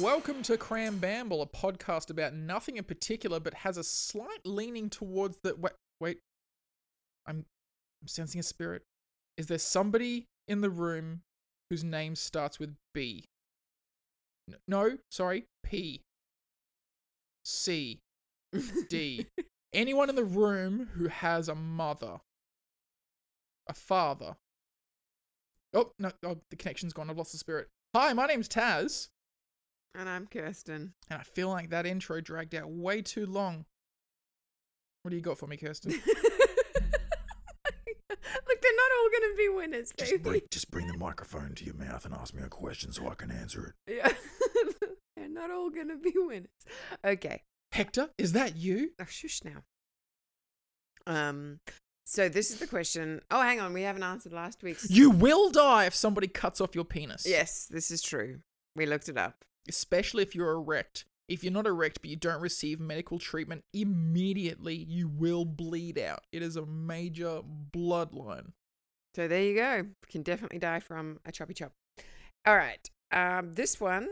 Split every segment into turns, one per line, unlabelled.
Welcome to Cram Bamble, a podcast about nothing in particular, but has a slight leaning towards the. Wait, wait. I'm, I'm sensing a spirit. Is there somebody in the room whose name starts with B? N- No, sorry, P. C. D. Anyone in the room who has a mother, a father. Oh, no, oh, the connection's gone. I've lost the spirit. Hi, my name's Taz.
And I'm Kirsten.
And I feel like that intro dragged out way too long. What do you got for me, Kirsten?
Look, they're not all going to be winners,
Just bring,
baby.
just bring the microphone to your mouth and ask me a question so I can answer
Yeah. they're not all going to be winners. Okay.
Hector, is that you?
Oh, shush now. Um, so this is the question. Oh, hang on. We haven't answered last week's.
You will die if somebody cuts off your penis.
Yes, this is true. We looked it up.
Especially if you're erect. If you're not erect but you don't receive medical treatment immediately, you will bleed out. It is a major bloodline.
So there you go. Can definitely die from a choppy chop. All right. Um, this one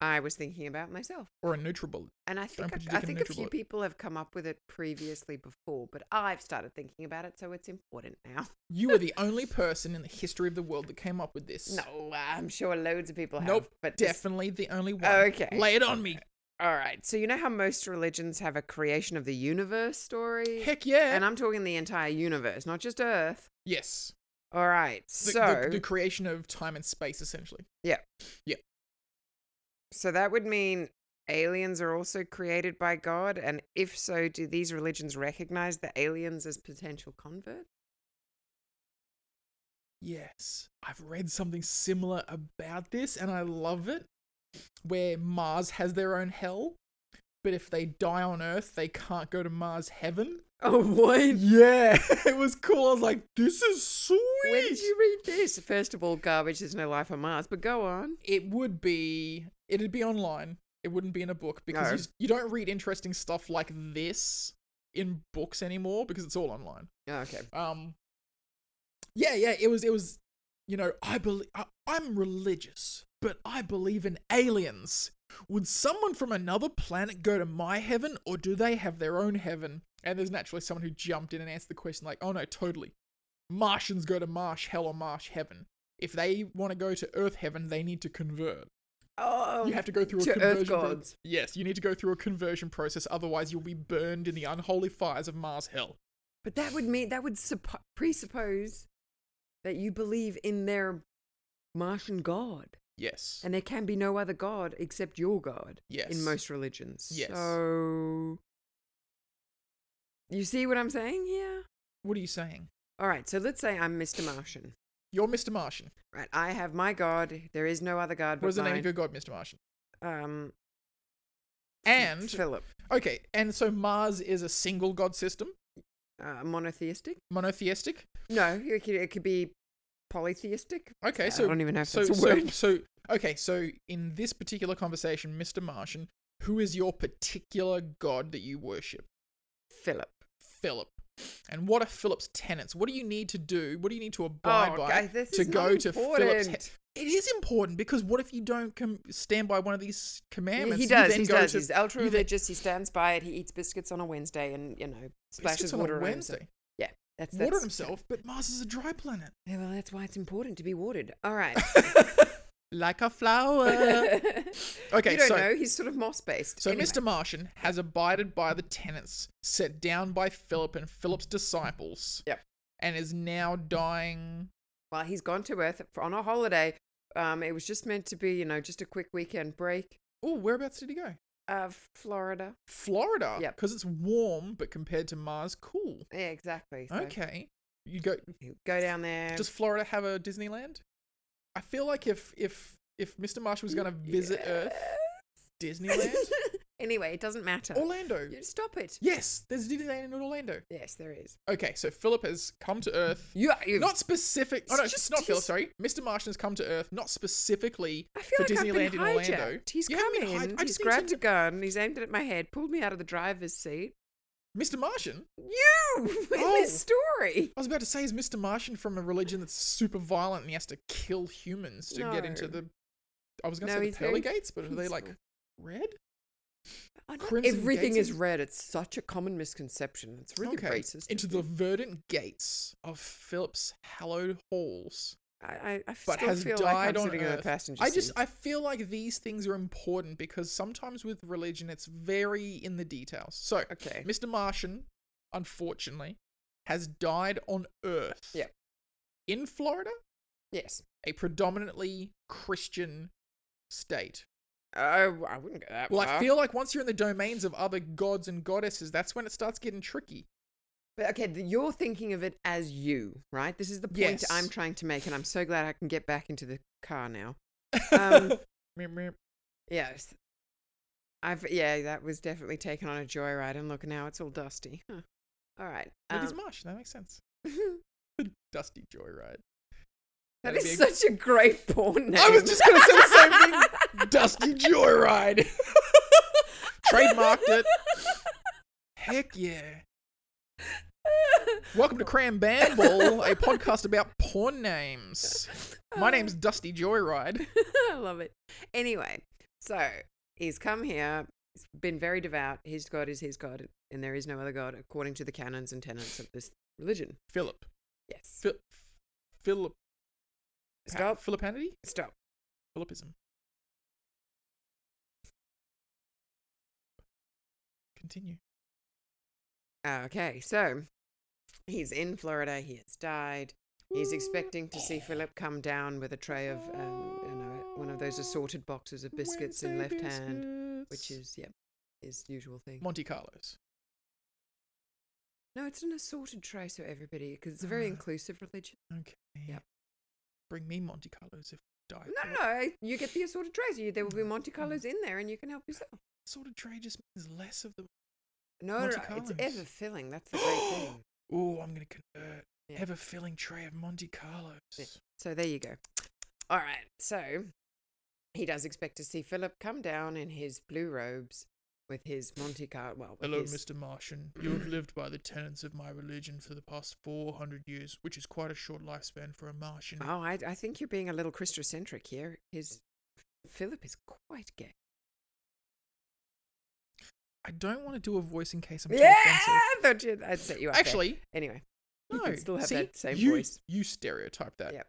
I was thinking about myself.
Or a NutriBullet.
And I think
put your
I, I
dick in a
think a few
NutriBullet.
people have come up with it previously before, but I've started thinking about it, so it's important now.
You are the only person in the history of the world that came up with this.
No, I'm sure loads of people have.
Nope.
but this-
Definitely the only one.
Okay.
Lay it on me.
all right. So you know how most religions have a creation of the universe story,
Heck yeah.
and I'm talking the entire universe, not just Earth.
yes.
All right.
The-
So
the, the creation of time and space, essentially.
So that would mean aliens are also created by God? And if so, do these religions recognize the aliens as potential converts?
Yes. I've read something similar about this and I love it. Where Mars has their own hell, but if they die on Earth, they can't go to Mars heaven.
Oh, what?
Yeah, it was cool. I was like, this is sweet.
Where did you read this? First of all, garbage, there's no life on Mars, but go on.
It would be, it'd be online. It wouldn't be in a book because
No.
you, s- you don't read interesting stuff like this in books anymore because it's all online.
Oh, okay.
um yeah yeah it was it was you know i believe i'm religious but i believe in aliens would someone from another planet go to my heaven or do they have their own heaven and there's naturally someone who jumped in and answered the question like oh no totally martians go to marsh hell or marsh heaven if they want to go to earth heaven they need to convert
Oh,
you have to go through a
to
conversion
Earth
pro-
gods.
yes you need to go through a conversion process otherwise you'll be burned in the unholy fires of mars hell
But that would mean, that would suppo- presuppose that you believe in their Martian God.
yes
And there can be no other God except your God
Yes.
in most religions.
Yes.
So. You see what I'm saying here?
what are you saying
All right, so let's say I'm Mr. Martian.
You're Mr. Martian.
Right, I have my God. There is no other God but
What is the name
mine.
of your god, Mr. Martian?
um,
And
Philip,
okay, and so Mars is a single god system,
uh, monotheistic?
monotheistic.
No, it could, it could be polytheistic.
Okay,
I
so
don't even know if
so
that's a
so,
word.
so okay, so in this particular conversation, Mr. Martian, who is your particular god that you worship?
Philip.
Philip. And what are Philip's tenets? What do you need to do? What do you need to abide
oh,
by
guys, this
to
is
go
not
to Philip's?
important.
He- it is important because what if you don't com- stand by one of these commandments?
he
You
does.
then
He
go
does.
to-
He's ultra
you then-
religious. He stands by it. He eats biscuits on a Wednesday, and you know splashes
biscuits on a
water around himself.
Wednesday.
Yeah, that's, that's
Water himself, but Mars is a dry planet.
Yeah, well, that's why it's important to be watered. All right.
like a flower. okay,
you don't
so
know. He's sort of moss based.
so Mr. Martian has abided by the tenets set down by Philip and Philip's disciples.
Yep.
And is now dying.
Well, he's gone to Earth for, on a holiday. Um, it was just meant to be, you know, just a quick weekend break.
Oh, whereabouts did he go?
Uh, Florida.
Florida.
Yep.
Because it's warm, but compared to Mars, cool.
Yeah, exactly. So
Okay. You go.
he'll Go down there.
Does Florida have a Disneyland? I feel like if if if Mr. Martian was going to visit Earth, Disneyland,
anyway, it doesn't matter.
Orlando.
You- Stop it.
Yes, there's Disneyland in Orlando.
Yes, there is.
Okay, so Philip has come to Earth.
You, you
not specific. Oh no,
It's
it's
just
not Phil.
he's-
Sorry, Mr. Martian has come to Earth, not specifically
I feel
for
like
Disneyland
I've been
in Orlando.
hijacked. He's
You
come
haven't
in.
been hij- I
he's
just need
grabbed
to-
a gun. He's aimed it at my head. Pulled me out of the driver's seat.
Mr. Martian.
You in
Oh.
this story.
I was about to say, is Mr. Martian from a religion that's super violent and he has to kill humans to get into
No.
the I was gonna
No,
say the
he's
pearly
very
gates, but are they like
peaceful.
red?
Oh, not
Crimson
Everything
Gates
is
is-
red. It's such a common misconception. It's really racist.
Into
of me.
the verdant gates of Philip's hallowed halls.
I, I, I
but
still
has
feel
died
like I'm
on
sitting in
Earth.
the passenger
I just
seat.
I feel like these things are important because sometimes with religion it's very in the details. So
okay.
Mr. Martian, unfortunately, has died on Earth.
Yep.
In Florida,
Yes.
a predominantly Christian state.
Oh, I wouldn't go that
Well,
far.
I feel like once you're in the domains of other gods and goddesses, that's when it starts getting tricky.
But okay, th- you're thinking of it as you, right? This is the point
Yes.
I'm trying to make, and I'm so glad I can get back into the car now. Um,
Meep, meep.
yes. I've yeah, that was definitely taken on a joyride, and look now it's all dusty. Huh. All right.
It is
um,
Martian. That makes sense. Dusty Joyride.
that
That'd
is
be a-
such a great porn name.
I was just gonna say the same thing. Dusty Joyride. Trademarked it. Heck yeah. Welcome to Cram Bamble, a podcast about porn names. My name's Dusty Joyride.
Um, I love it. Anyway, so he's come here. He's been very devout. His God is his God, and there is no other God according to the canons and tenets of this religion.
Philip.
Yes.
Phil Philip
Stop.
Philip Hannity?
Stop.
Philipism. Continue.
Okay, so he's in Florida. He has died.
Mm.
He's expecting to see Philip come down with a tray of, um, you know, one of those assorted boxes of biscuits in left
Wednesday
hand, which
biscuits.
is, yep, his usual thing.
Monte Carlos.
No, it's an assorted tray, so everybody, because it's a very
Ah.
inclusive religion.
Okay.
Yep.
Bring me Monte Carlos if I Mm. die.
No, no, you get the assorted trays. You, there will be Monte Carlos in there, and you can help yourself.
Sort of trade just means less of the.
No, no,
Monte
no, it's
Carlos.
ever filling. That's the great thing.
Ooh, I'm gonna convert.
Yeah.
Have a filling tray of Monte Carlos.
Yeah. So there you go. All right. So he does expect to see Philip come down in his blue robes with his Monte Carlo. Well, with
Hello,
his-
Mr. Martian. You have lived by the tenets of my religion for the past 400 years, which is quite a short lifespan for a Martian.
Oh, I, I think you're being a little Christocentric here. His Philip is quite gay.
I don't want to do a voice in case I'm too
yeah,
offensive.
I thought you'd, I'd set you up. there.
Actually,
anyway,
no.
you can still have
see,
that same
you,
voice.
You stereotype that.
Yeah,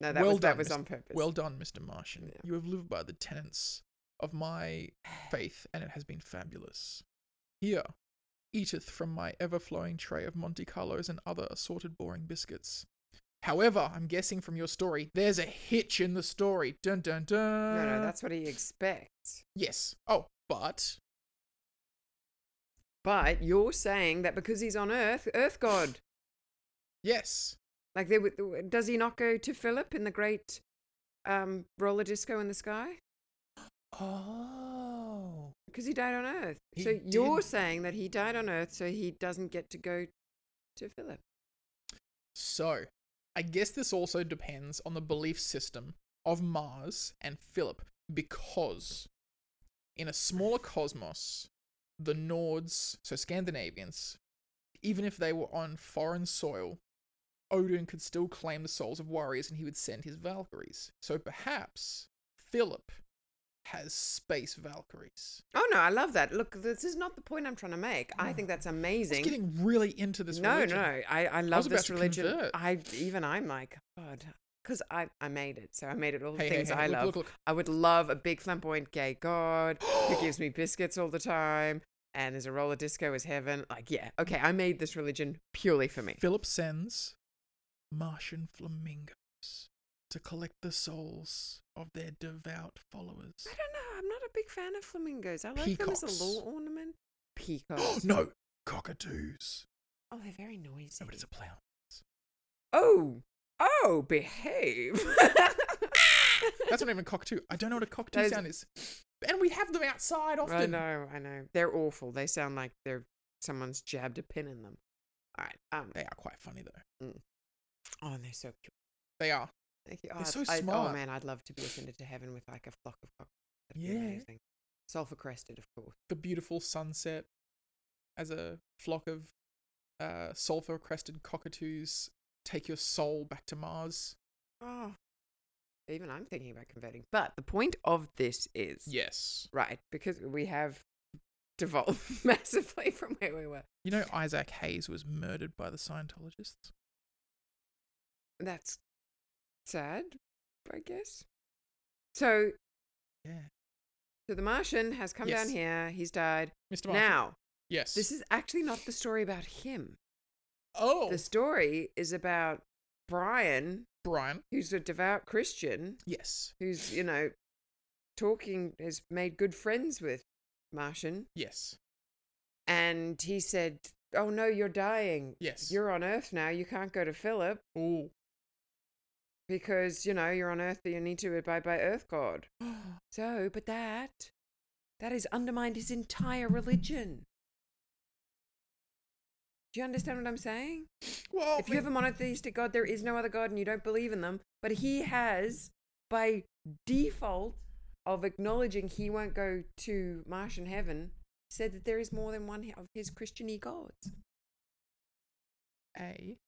No, that
well
was that
done,
was
Mr.
on purpose.
Well done, Mr. Martian.
Yeah.
You have lived by the tenets of my faith, and it has been fabulous. Here, eateth from my ever flowing tray of Monte Carlos and other assorted boring biscuits. However, I'm guessing from your story, there's a hitch in the story. Dun dun dun.
no, no, that's what he expects.
Yes. Oh, but.
But you're saying that because he's on Earth, Earth God,
Yes.
like there, w- does he not go to Philip in the great um, roller disco in the sky?
Oh.
Because he died on Earth.
He
so you're
did.
saying that he died on Earth, so he doesn't get to go to Philip.
So, I guess this also depends on the belief system of Mars and Philip, because in a smaller cosmos, the Nords, so Scandinavians, even if they were on foreign soil, Odin could still claim the souls of warriors and he would send his Valkyries. So perhaps Philip has space Valkyries.
Oh no, I love that. Look, this is not the point I'm trying to make. I think that's
It's
amazing.
getting really into this
no,
religion.
no, I, I
was
love
about
this
to
religion.
convert.
I even I'm like God, because I I made it. So I made it all the
Hey, hey,
things
hey,
I
look,
love.
look, look.
I would love a big flamboyant gay God who gives me biscuits all the time, and there's a roller disco is heaven. Like yeah, okay, I made this religion purely for me.
Philip sends Martian flamingos to collect the souls of their devout followers.
I don't know. I'm not a big fan of flamingos. I like them as
Peacocks.
a law ornament. Peacocks.
no, cockatoos.
Oh, they're very noisy.
No, but it's a play on. words.
oh, oh, behave.
That's not even cockatoo. I don't know what a cockatoo
That is-
sound is. And we have them outside often.
I know, I know. They're awful. They sound like they're someone's jabbed a pin in them. All right. Um.
They are quite funny though.
Oh, and they're so cute.
They are.
Thank you.
They're
I'd-
so
I'd- Oh
smart.
man, I'd love to be ascended to heaven with like a flock of cock. That'd be
Yeah.
amazing. Sulfur crested, of course.
The beautiful sunset as a flock of uh, sulfur crested cockatoos take your soul back to Mars.
Oh, Even I'm thinking about converting. But the point of this is
Yes.
right because we have devolved massively from where we were.
You know, Isaac Hayes was murdered by the Scientologists.
That's sad, I guess. So,
Yeah.
so the Martian has come
Yes.
down here. He's died.
Mr. Marshall.
Now,
yes.
this is actually not the story about him.
oh,
The story is about Brian,
Brian.
who's a devout Christian,
Yes.
who's you know talking has made good friends with Martian,
Yes.
and he said, "Oh no, you're dying.
Yes.
you're on Earth now. You can't go to Philip
Oh.
because you know you're on Earth. You need to abide by Earth God." So, but that that has undermined his entire religion. Do you understand what I'm saying?
well,
if you have a monotheistic god, there is no other god, and you don't believe in them. But he has, by default of acknowledging he won't go to Martian heaven, said that there is more than one of his Christiany gods.
a.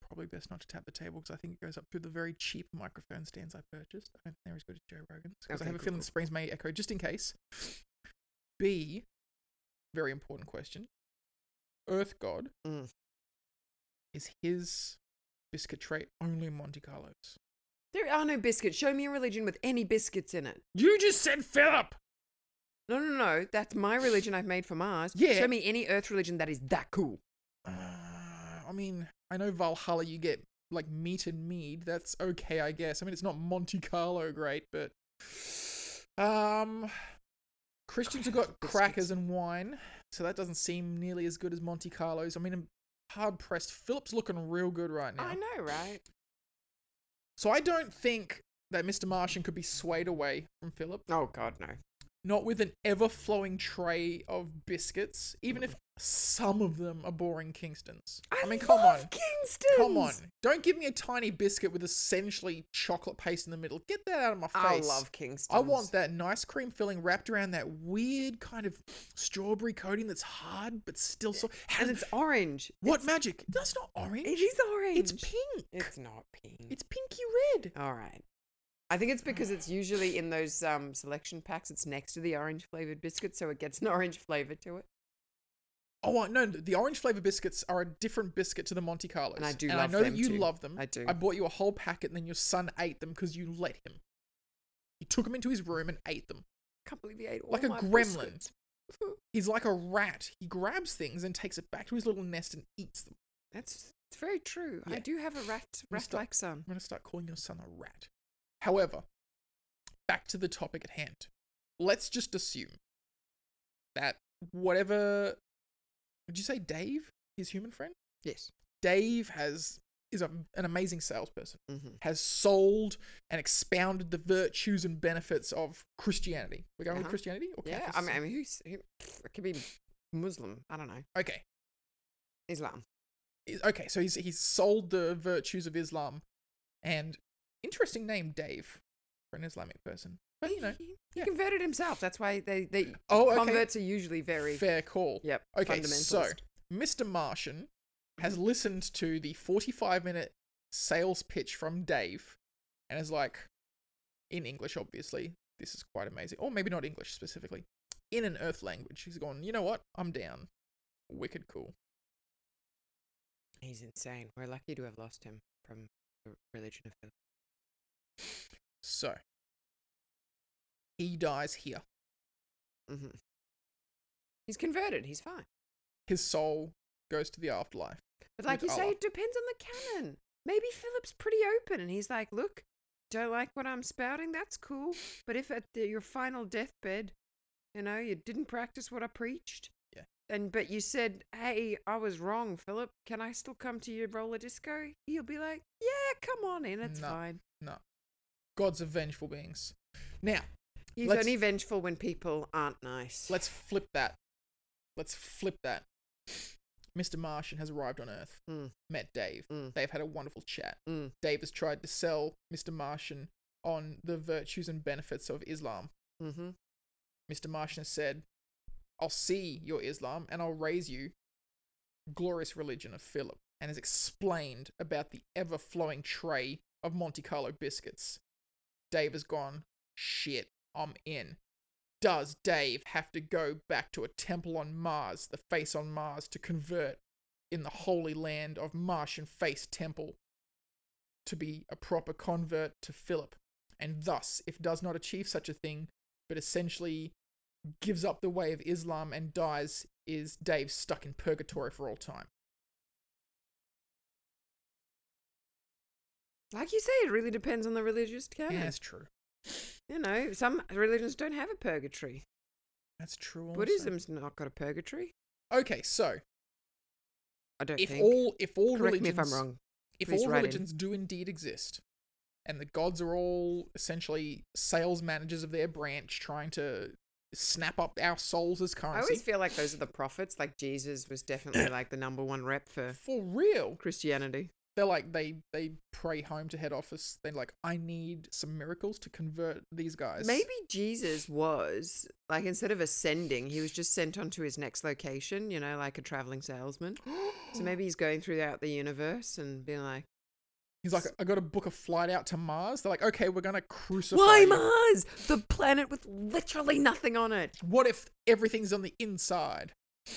Probably best not to tap the table because I think it goes up through the very cheap microphone stands I purchased. I don't think they're as good as Joe Rogan's because I
Okay,
have a
cool,
feeling
cool,
the springs may echo just in case. B. Very important question. Earth God
Mm.
is his biscuit tray only Monte Carlos.
There are no biscuits. Show me a religion with any biscuits in it.
You just said Philip.
No, no, no. That's my religion I've made for Mars.
Yeah.
Show me any Earth religion that is that cool.
Uh, I mean, I know Valhalla you get like meat and mead. That's okay, I guess. I mean, it's not Monte Carlo great, but um, Christians have
God, I
got
love biscuits.
crackers and wine, so that doesn't seem nearly as good as Monte Carlo's. I mean, I'm hard pressed. Philip's looking real good right now.
I know, right?
So I don't think that Mr. Martian could be swayed away from Philip.
Oh God, no.
Not with an ever flowing tray of biscuits, even if some of them are boring Kingston's. I, mean, come on.
love Kingston's.
Come on. Don't give me a tiny biscuit with essentially chocolate paste in the middle. Get that out of my
I
face.
love Kingston.
I want that nice cream filling wrapped around that weird kind of strawberry coating that's hard but still so.
and it's orange.
what magic? That's not orange.
It is orange.
It's pink. It's,
It's not pink.
pinky red.
all right. I think it's because it's usually in those um, selection packs. It's next to the orange flavored biscuit, so it gets an orange flavor to it.
Oh I- no, the orange flavor biscuits are a different biscuit to the Monte Carlos.
And I do
and
love
I know
them
that you
too.
love them.
I do.
I bought you a whole packet, and then your son ate them because you let him. He took them into his room and ate them.
Can't believe he ate all
like a
my
gremlin.
biscuits.
He's like a rat. He grabs things and takes it back to his little nest and eats them.
That's it's very true. I
Yeah.
do have a rat
I'm gonna
rat
start-
like son.
I'm going to start calling your son a rat. However, back to the topic at hand. Let's just assume that whatever. Would you say Dave, his human friend?
Yes.
Dave has is a, an amazing salesperson.
Mm-hmm.
Has sold and expounded the virtues and benefits of Christianity. We're going with
Uh-huh.
Christianity or
Yeah. I
Catholicism?
mean, I mean who's who? It could be Muslim. I don't know.
okay.
Islam.
is- okay, so he's he's sold the virtues of Islam, and interesting name Dave for an Islamic person, but you know,
he, he
yeah.
converted himself. That's why they they
Oh, okay.
converts are usually very
fair call.
Yep.
Okay, so
fundamentalist.
Mr. Martian has listened to the forty-five minute sales pitch from Dave, and is like, in English, obviously, this is quite amazing, or maybe not English specifically, in an Earth language. He's gone. You know what? I'm down. Wicked cool.
He's insane. We're lucky to have lost him from the religion of Philip.
So he dies here.
Mm-hmm. He's converted. He's fine.
His soul goes to the afterlife.
But like
With
you say,
Allah.
it depends on the canon. Maybe Philip's pretty open, and he's like, "Look, don't like what I'm spouting. That's cool. But if at the, your final deathbed, you know, you didn't practice what I preached,
Yeah.
and but you said, "Hey, I was wrong, Philip. Can I still come to your roller disco?" He'll be like, "Yeah, come on in. It's
No.
fine."
No. Gods are vengeful beings. Now,
He's
Let's-
only vengeful when people aren't nice.
let's flip that. Let's flip that. Mr. Martian has arrived on Earth,
Mm.
met Dave.
Mm.
They've had a wonderful chat.
Mm.
Dave has tried to sell Mr. Martian on the virtues and benefits of Islam.
Mm-hmm.
Mr. Martian has said, I'll see your Islam and I'll raise you glorious religion of Philip, and has explained about the ever flowing tray of Monte Carlo biscuits. Dave is gone. Shit, I'm in. Does Dave have to go back to a temple on Mars, the face on Mars, to convert in the holy land of Martian face temple to be a proper convert to Philip? And thus, if does not achieve such a thing, but essentially gives up the way of Islam and dies, is Dave stuck in purgatory for all time?
Like you say, it really depends on the religious canon.
Yeah, that's true.
You know, some religions don't have a purgatory.
That's true. also.
Buddhism's not got a purgatory.
Okay, so
I don't
if
think.
all if all
Correct
religions
me if I'm wrong.
if
Please
all
write in.
religions do indeed exist, and the gods are all essentially sales managers of their branch trying to snap up our souls as
I
currency.
always feel like those are the prophets. Like Jesus was definitely like the number one rep for
for real.
Christianity.
They're like they they pray home to head office. They're like, I need some miracles to convert these guys.
Maybe Jesus was like instead of ascending, he was just sent on to his next location. You know, like a traveling salesman. So maybe he's going throughout the universe and being like,
he's like, I got to book a flight out to Mars. They're like, okay, we're gonna crucify.
"Why
you."
Mars? The planet with literally nothing on it."
What if everything's on the inside?
I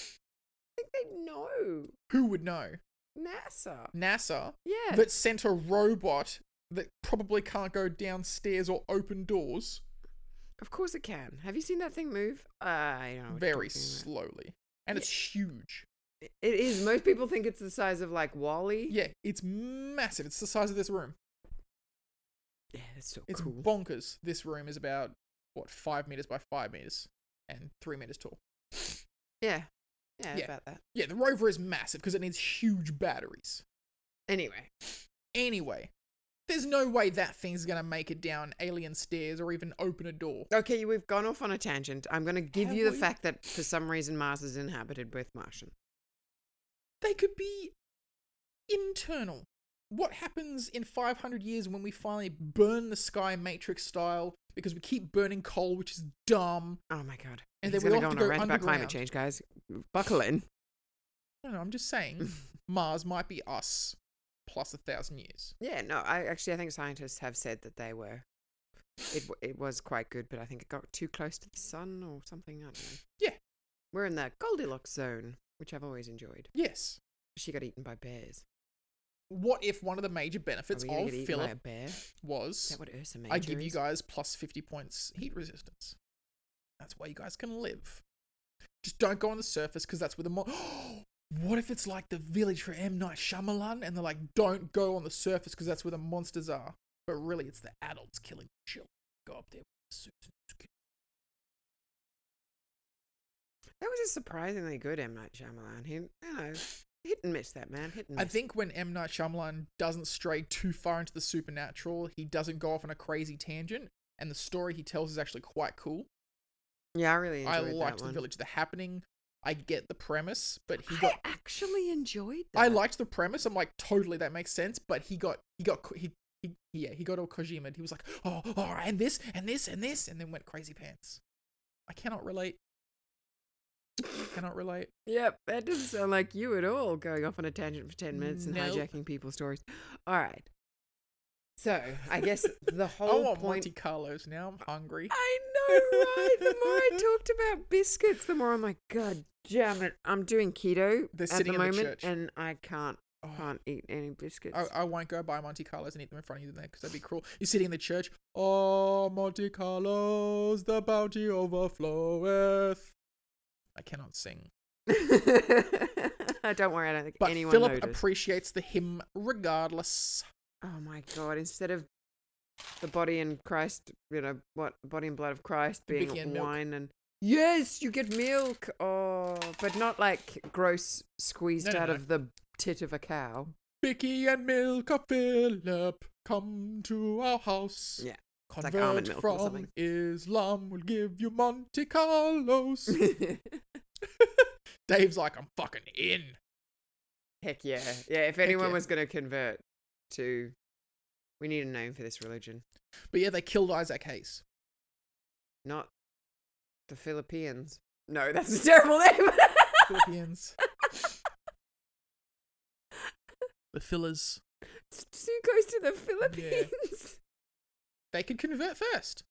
think they know
Who would know?
NASA.
NASA
Yeah.
that sent a robot that probably can't go downstairs or open doors
Of course it can. Have you seen that thing move? Uh, I don't know. what you're
very
talking about.
slowly. And it's huge.
It is. Most people think it's the size of like Wally.
Yeah, it's massive. It's the size of this room.
Yeah, that's so
It's
cool.
bonkers. This room is about, what, five meters by five meters and three meters tall.
yeah. yeah.
Yeah.
about that.
Yeah, the rover is massive because it needs huge batteries.
Anyway,
Anyway, there's no way that thing's going to make it down alien stairs or even open a door.
okay, we've gone off on a tangent. I'm going to give
Have
you the
we?
fact that for some reason Mars is inhabited with Martian.
They could be internal. What happens in 500 years when we finally burn the sky matrix style because we keep burning coal, which is dumb?
Oh my god!
And
He's
then we
gonna
all have to
go
go
on a rant about climate
underground.
change, guys. Buckle in.
No, no, I'm just saying Mars might be us plus a thousand years.
Yeah, no. I actually I think scientists have said that they were. It w- it was quite good, but I think it got too close to the sun or something. I don't know.
Yeah.
We're in the Goldilocks zone, which I've always enjoyed.
Yes.
She got eaten by bears.
What if one of the major
Are
benefits
we gonna
of
get eaten by a
Philip
bear? Is
was
that what Ursa Major
I give you
is?
guys plus 50 points heat resistance? That's why you guys can live. Just don't go on the surface because that's where the. Mo- what if it's like the village for M. Night Shyamalan and they're like, don't go on the surface because that's where the monsters are? But really, it's the adults killing the children. Go up there with the suits and just kill-
That was a surprisingly good M Night Shyamalan. He, you know, hit and miss that man. Hit and
I
miss.
think when M. Night Shyamalan doesn't stray too far into the supernatural, he doesn't go off on a crazy tangent, and the story he tells is actually quite cool.
yeah, I really
I
enjoyed
liked
that
the
one.
village, the happening. I get the premise, but he got.
I actually enjoyed that.
I liked the premise. I'm like, totally, that makes sense. But he got, he got, he, he yeah, he got all Kojima. He was like, oh, all right, and this, and this, and this, and then went crazy pants. I cannot relate. cannot relate.
Yep, that doesn't sound like you at all. Going off on a tangent for ten minutes and
Nope.
hijacking people's stories. All right. So I guess the
I
whole
want
point.
Monte Carlos now. I'm hungry.
I know, right? The more I talked about biscuits, the more I'm like, God damn it! I'm doing keto
They're
at
sitting
the
in the
moment,
church.
and I can't
Oh.
can't eat any biscuits.
I, I won't go buy Monte Carlos and eat them in front of you then, because that'd be cruel. You're sitting in the church. Oh, Monte Carlos, the bounty overfloweth. I cannot sing.
don't worry, I don't think
But
anyone
Philip
noticed.
appreciates the hymn regardless.
oh my god! Instead of the body and Christ, you know what? Body and blood of Christ
The
being
bicky and milk.
wine and yes, you get milk. Oh, but not like gross squeezed
No, no,
out
no.
of the tit of a cow.
Bicky and Milk of Philip, come to our house.
Yeah, it's like
Convert
almond milk or
from
something.
Islam, we'll give you Monte Carlos. Dave's like, I'm fucking in.
Heck yeah, yeah. If anyone
yeah.
was going to convert to, we need a name for this religion.
But yeah, they killed Isaac Hayes.
Not the Philippians. No, that's a terrible name.
Philippians. the fillers.
Sue goes to the Philippines.
They could convert first.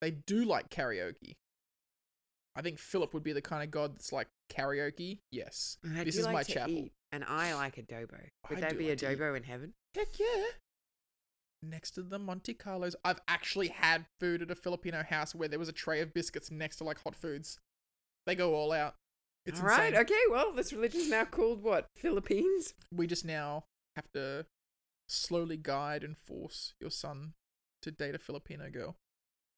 They do like karaoke. I think Philip would be the kind of god that's like karaoke. Yes,
And I
this
do
is
like
my
to
chapel.
eat, and I like adobo. Would
I
that
do
be
like to eat.
adobo in heaven?
Heck yeah. Next to the Monte Carlos. I've actually had food at a Filipino house where there was a tray of biscuits next to like hot foods. They go all out. It's
All right.
insane.
Okay. Well, this religion's now called what? Philippines.
We just now have to slowly guide and force your son to date a Filipino girl.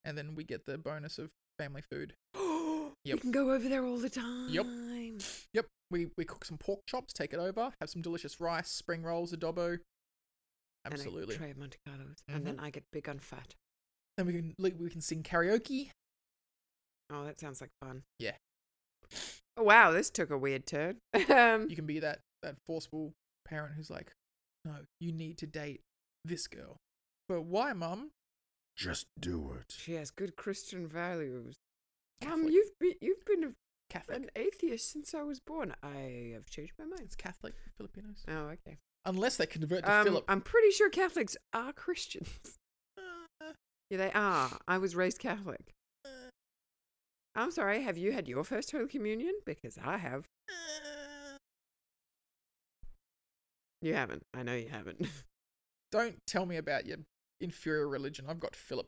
And then we get the bonus of family food.
You
Yep.
can go over there all the time.
Yep. We we cook some pork chops, take it over, have some delicious rice, spring rolls, adobo.
And a
Absolutely. Mm-hmm.
tray of Monte Carlos, and then I get big on fat.
Then we can we can sing karaoke.
Oh, that sounds like fun.
Yeah.
Oh, wow, this took a weird turn. um,
you can be that that forceful parent who's like, "No, you need to date this girl." But why, mum?
Just do it.
she has good Christian values. Um,
Catholic.
you've been you've been a
Catholic.
an atheist since I was born. I have changed my mind.
It's Catholic Filipinos,
Oh, okay.
unless they convert to
Um,
Philip.
I'm pretty sure Catholics are Christians.
Uh,
Yeah, they are. "Ah, I was raised Catholic.
uh,
I'm sorry. Have you had your first Holy Communion? Because I have.
uh.
You haven't. I know you haven't.
Don't tell me about your inferior religion. I've got Philip,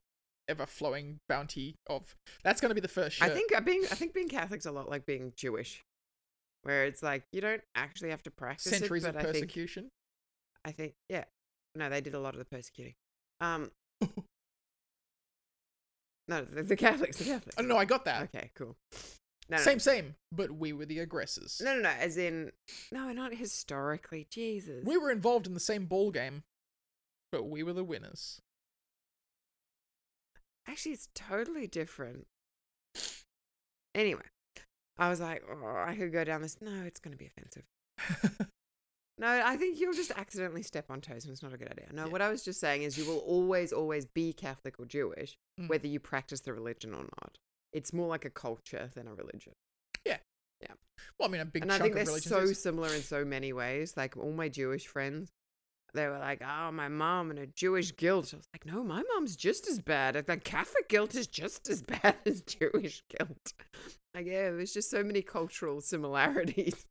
ever flowing bounty of. That's going to be the first. Shirt.
I think uh, being I think being Catholic's a lot like being Jewish, where it's like you don't actually have to practice
centuries of
it, but I think
persecution.
I think yeah. No, they did a lot of the persecuting. Um, no, the, the Catholics, the Catholics.
oh, no, I got that.
Okay, cool. No, no,
same, same. But we were the aggressors.
No, no, no. As in, no, not historically. Jesus.
We were involved in the same ball game, but we were the winners.
Actually, it's totally different. Anyway, I was like, oh, I could go down this. No, it's going to be offensive. No, I think you'll just accidentally step on toes, and it's not a good idea. No,
Yeah.
what I was just saying is you will always, always be Catholic or Jewish,
Mm.
whether you practice the religion or not. It's more like a culture than a religion.
Well, I mean, a big
and I
chunk
think
of
they're
religions
so
is-
similar in so many ways. Like all my Jewish friends, they were like, "Oh, my mom and her Jewish guilt." I was like, "No, my mom's just as bad. The Catholic guilt is just as bad as Jewish guilt." Like, yeah, there's just so many cultural similarities.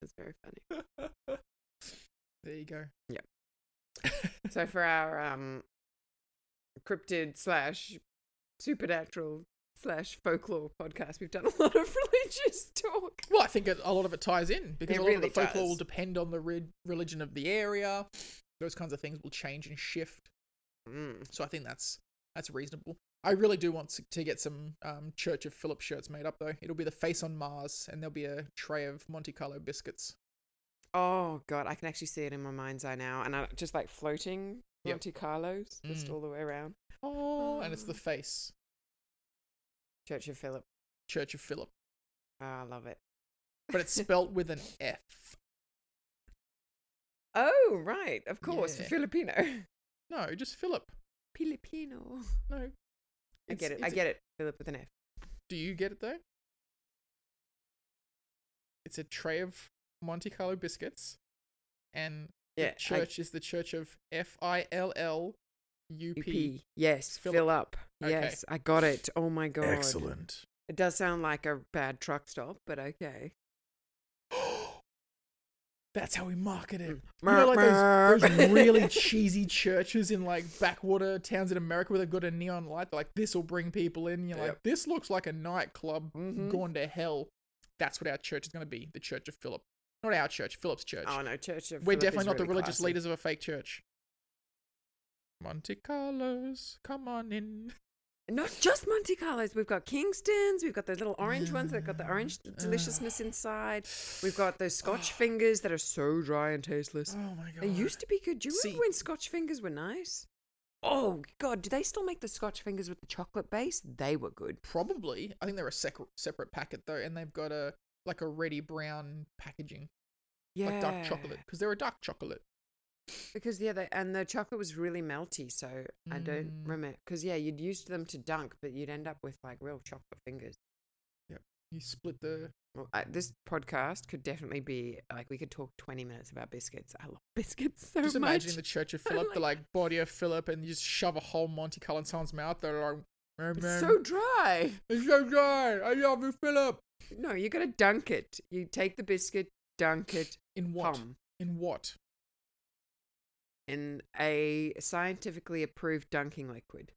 It's very funny.
There you go.
Yep. So for our um, cryptid slash supernatural slash folklore podcast, we've done a lot of religious talk.
well, I think it- a lot of it ties in because
It
a lot of the
really
folklore will
does.
depend on the re- religion of the area. Those kinds of things will change and shift.
Mm.
So I think that's that's reasonable. I really do want to- to get some um, Church of Philip shirts made up though. It'll be the face on Mars, and there'll be a tray of Monte Carlo biscuits.
Oh god, I can actually see it in my mind's eye now, and I just like floating
Yep.
Monte Carlos just
Mm.
all the way around.
Oh, and it's the
Ah.
face
Church of Philip,
Church of Philip,
oh, I love it.
but it's spelt with an F.
Oh right, of course, for
Yeah.
Filipino.
No, just Philip.
Filipino.
No.
I get it. I get it. Philip with an F.
Do you get it though? It's a tray of Monte Carlo biscuits, and
Yeah.
the
I-
church is the church of F I L L U P.
UP. Yes,
Philip.
fill up.
Okay.
Yes, I got it. Oh my god.
Excellent.
It does sound like a bad truck stop, but okay.
That's how we market it.
Mm.
You know, like
Merp,
those, those
merp.
really cheesy churches in like backwater towns in America where they've got a neon light. They're like, this will bring people in. You're like,
Yep.
this looks like a nightclub
Mhm.
gone to hell. That's what our church is going to be the Church of Philip. Not our church, Philip's church.
Oh no, Church of
We're
Philip is
definitely not the
really
religious
classy.
leaders of a fake church. Monte Carlos, come on in.
Not just Monte Carlos. We've got Kingston's. We've got the little orange ones that got the orange
Uh.
deliciousness inside. We've got those Scotch fingers that are so dry and tasteless.
Oh my god.
They used to be good. Do you
See-
remember when Scotch fingers were nice? Oh God, do they still make the Scotch fingers with the chocolate base? They were good.
probably. I think they're a sec- separate packet though, and they've got a like a reddy brown packaging,
Yeah,
like dark chocolate, because they're a dark chocolate.
Because yeah, they, and the chocolate was really melty, so I don't
Mm.
remember. Because yeah, you'd used them to dunk, but you'd end up with like real chocolate fingers.
Yep. You split the.
Well, I, this podcast could definitely be like we could talk 20 minutes about biscuits. I love biscuits so
just
much.
imagine the Church of
I
Philip, the like body of Philip, and you just shove a whole Monte Carlo in someone's mouth. They're like, "Man,
it's
man,
so dry.
it's so dry. I love you, Philip.
No, you got to dunk it. You take the biscuit, dunk it,
In what?
pom,
In what?
in a scientifically approved dunking liquid.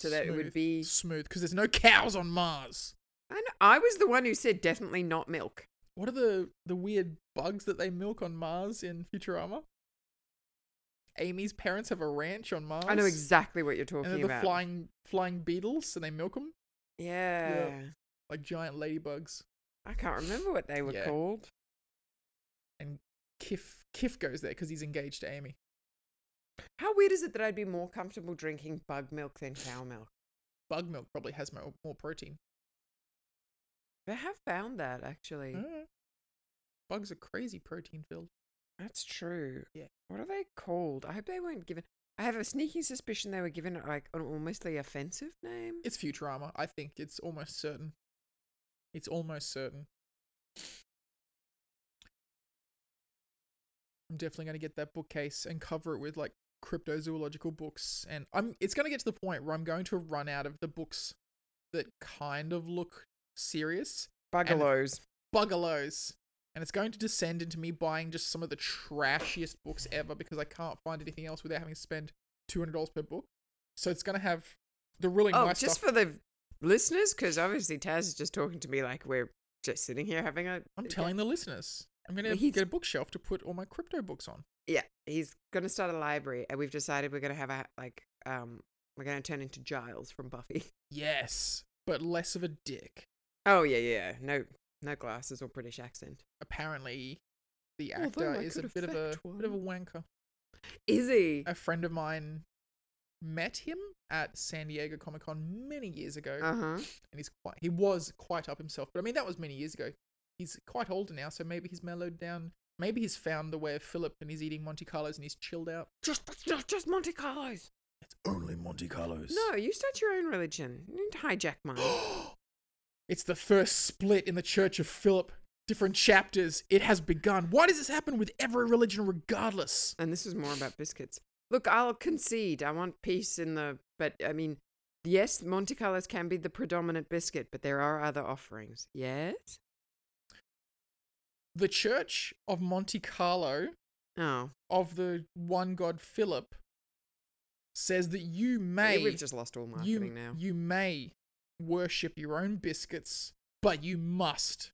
So that it would
Smooth.
be.
smooth because there's no cows on Mars.
I, know, I was the one who said definitely not milk.
What are the the weird bugs that they milk on Mars in Futurama? Amy's parents have a ranch on Mars.
I know exactly what you're
And
talking
they're the
about.
flying flying beetles, and they milk them
yeah.
like giant ladybugs.
I can't remember what they were
Yeah.
called.
Kif Kif goes there because he's engaged to Amy.
How weird is it that I'd be more comfortable drinking bug milk than cow milk?
Bug milk probably has more, more protein.
I have found that actually.
Uh, bugs are crazy protein filled.
That's true.
Yeah.
What are they called? I hope they weren't given. I have a sneaking suspicion they were given like an almostly offensive name.
It's Futurama. I think it's almost certain. It's almost certain. I'm definitely going to get that bookcase and cover it with like cryptozoological books and I'm it's going to get to the point where I'm going to run out of the books that kind of look serious.
Bugalows.
Bugalows. And it's going to descend into me buying just some of the trashiest books ever because I can't find anything else without having to spend $200 per book. So it's going to have the really
Oh,
nice
just
stuff.
for the listeners, because obviously Taz is just talking to me like we're just sitting here having a.
I'm telling the listeners. I'm going to
He's-
get a bookshelf to put all my crypto books on.
Yeah, he's gonna start a library, and we've decided we're gonna have a like um we're gonna turn into Giles from Buffy.
Yes, but less of a dick.
Oh yeah, yeah. No, no glasses or British accent.
Apparently, the
Although
actor
I
is a
could
bit of a
affect
bit of a wanker.
Is he?
A friend of mine met him at San Diego Comic Con many years ago,
Uh huh.
and he's quite he was quite up himself. But I mean, that was many years ago. He's quite older now, so maybe he's mellowed down. Maybe he's found the way of Philip, and he's eating Monte Carlos, and he's chilled out.
Just that's not just Monte Carlos.
It's only Monte Carlos.
No, you start your own religion. You didn't hijack mine.
It's the first split in the Church of Philip. Different chapters. It has begun. Why does this happen with every religion, regardless?
and this is more about biscuits. Look, I'll concede. I want peace in the. But I mean, yes, Monte Carlos can be the predominant biscuit, but there are other offerings. Yes.
The Church of Monte Carlo,
Oh,
of the one God Philip, says that you
yeah,
may,
we've just lost all marketing
you,
now.
you may worship your own biscuits, but you must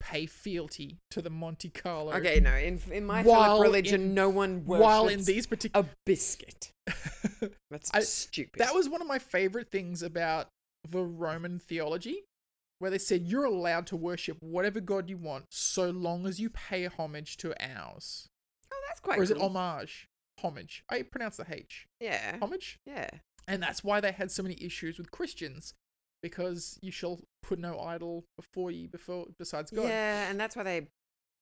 pay fealty to the Monte Carlo.
Okay, no. In in my
While
Philip religion,
in-
no one worships
While in these particular
a biscuit. That's
I-
stupid.
That was one of my favorite things about the Roman theology, where they said you're allowed to worship whatever god you want so long as you pay homage to ours.
Oh, that's quite.
or is it
cool.
homage? Homage. I pronounce the H.
Yeah.
Homage?
Yeah.
And that's why they had so many issues with Christians, because you shall put no idol before you before besides God.
Yeah, and that's why they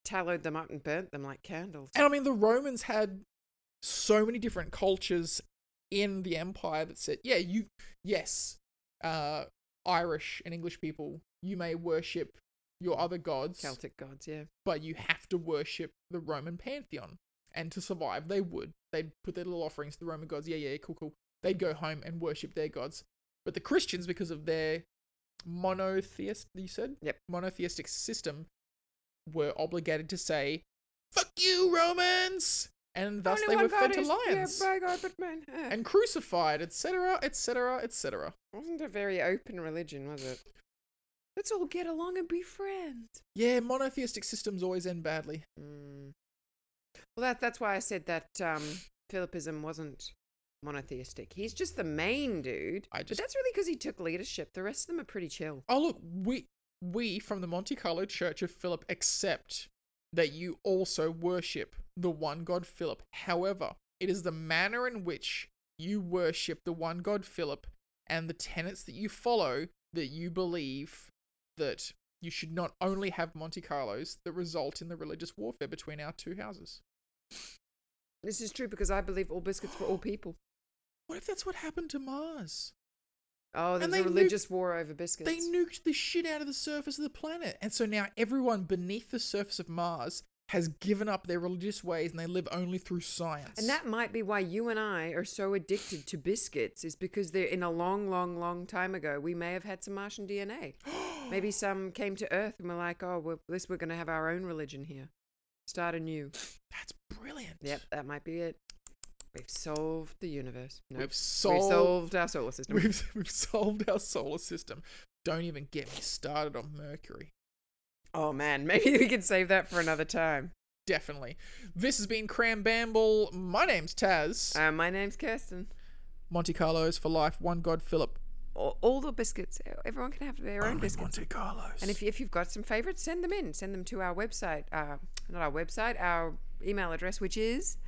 tallowed them up and burnt them like candles.
And I mean, the Romans had so many different cultures in the empire that said, yeah, you, yes, uh, Irish and English people, you may worship your other gods,
Celtic gods, yeah.
but you have to worship the Roman pantheon. And to survive, they would. They'd put their little offerings to the Roman gods. Yeah, yeah, cool, cool. They'd go home and worship their gods. But the Christians, because of their monotheist, you said?
Yep.
Monotheistic system, were obligated to say, fuck you, Romans! And thus
Only
they
one
were fed
God
to
is-
lions
Yeah, by God, but man. uh,
and crucified, etc., etc., etc.
wasn't a very open religion, was it? Let's all get along and be friends.
Yeah, monotheistic systems always end badly.
Mm. Well, that, that's why I said that um, Philippism wasn't monotheistic. He's just the main dude.
I
But
just
that's really because he took leadership. The rest of them are pretty chill.
Oh look, we we from the Monte Carlo Church of Philip accept that you also worship the one God Philip. However, it is the manner in which you worship the one God Philip and the tenets that you follow that you believe that you should not only have Monte Carlos that result in the religious warfare between our two houses.
This is true because I believe all biscuits for all people.
What if that's what happened to Mars?
Oh, there
And
was a
they knew-
religious war over biscuits.
They nuked the shit out of the surface of the planet. And so now everyone beneath the surface of Mars has given up their religious ways and they live only through science.
And that might be why you and I are so addicted to biscuits, is because they're in a long, long, long time ago, we may have had some Martian DNA. Maybe some came to Earth and were like, oh, well, this, we're going to have our own religion here. Start anew.
That's brilliant.
Yep, that might be it. We've solved the universe. Nope.
We've solved,
We've solved our solar system.
we've, we've solved our solar system. Don't even get me started on Mercury.
Oh, man. Maybe we can save that for another time.
Definitely. This has been Cram Bamble. My name's Taz.
Uh, my name's Kirsten.
Monte Carlos for life. One God Philip.
All, all the biscuits. Everyone can have their own
Only
biscuits.
Monte Carlos.
And if, if you've got some favorites, send them in. Send them to our website, uh, not our website, our email address, which is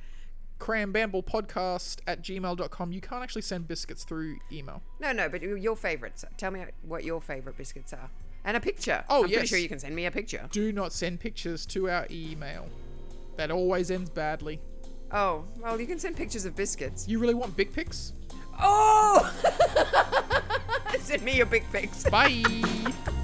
Crambamblepodcast at gmail.com. You can't actually send biscuits through email.
no, no, but your favorites. Tell me what your favorite biscuits are, and a picture.
Oh,
I'm
yes.
pretty sure you can send me a picture.
Do not send pictures to our email. That always ends badly.
Oh, well, you can send pictures of biscuits.
You really want big pics?
Oh, send me your big pics.
Bye!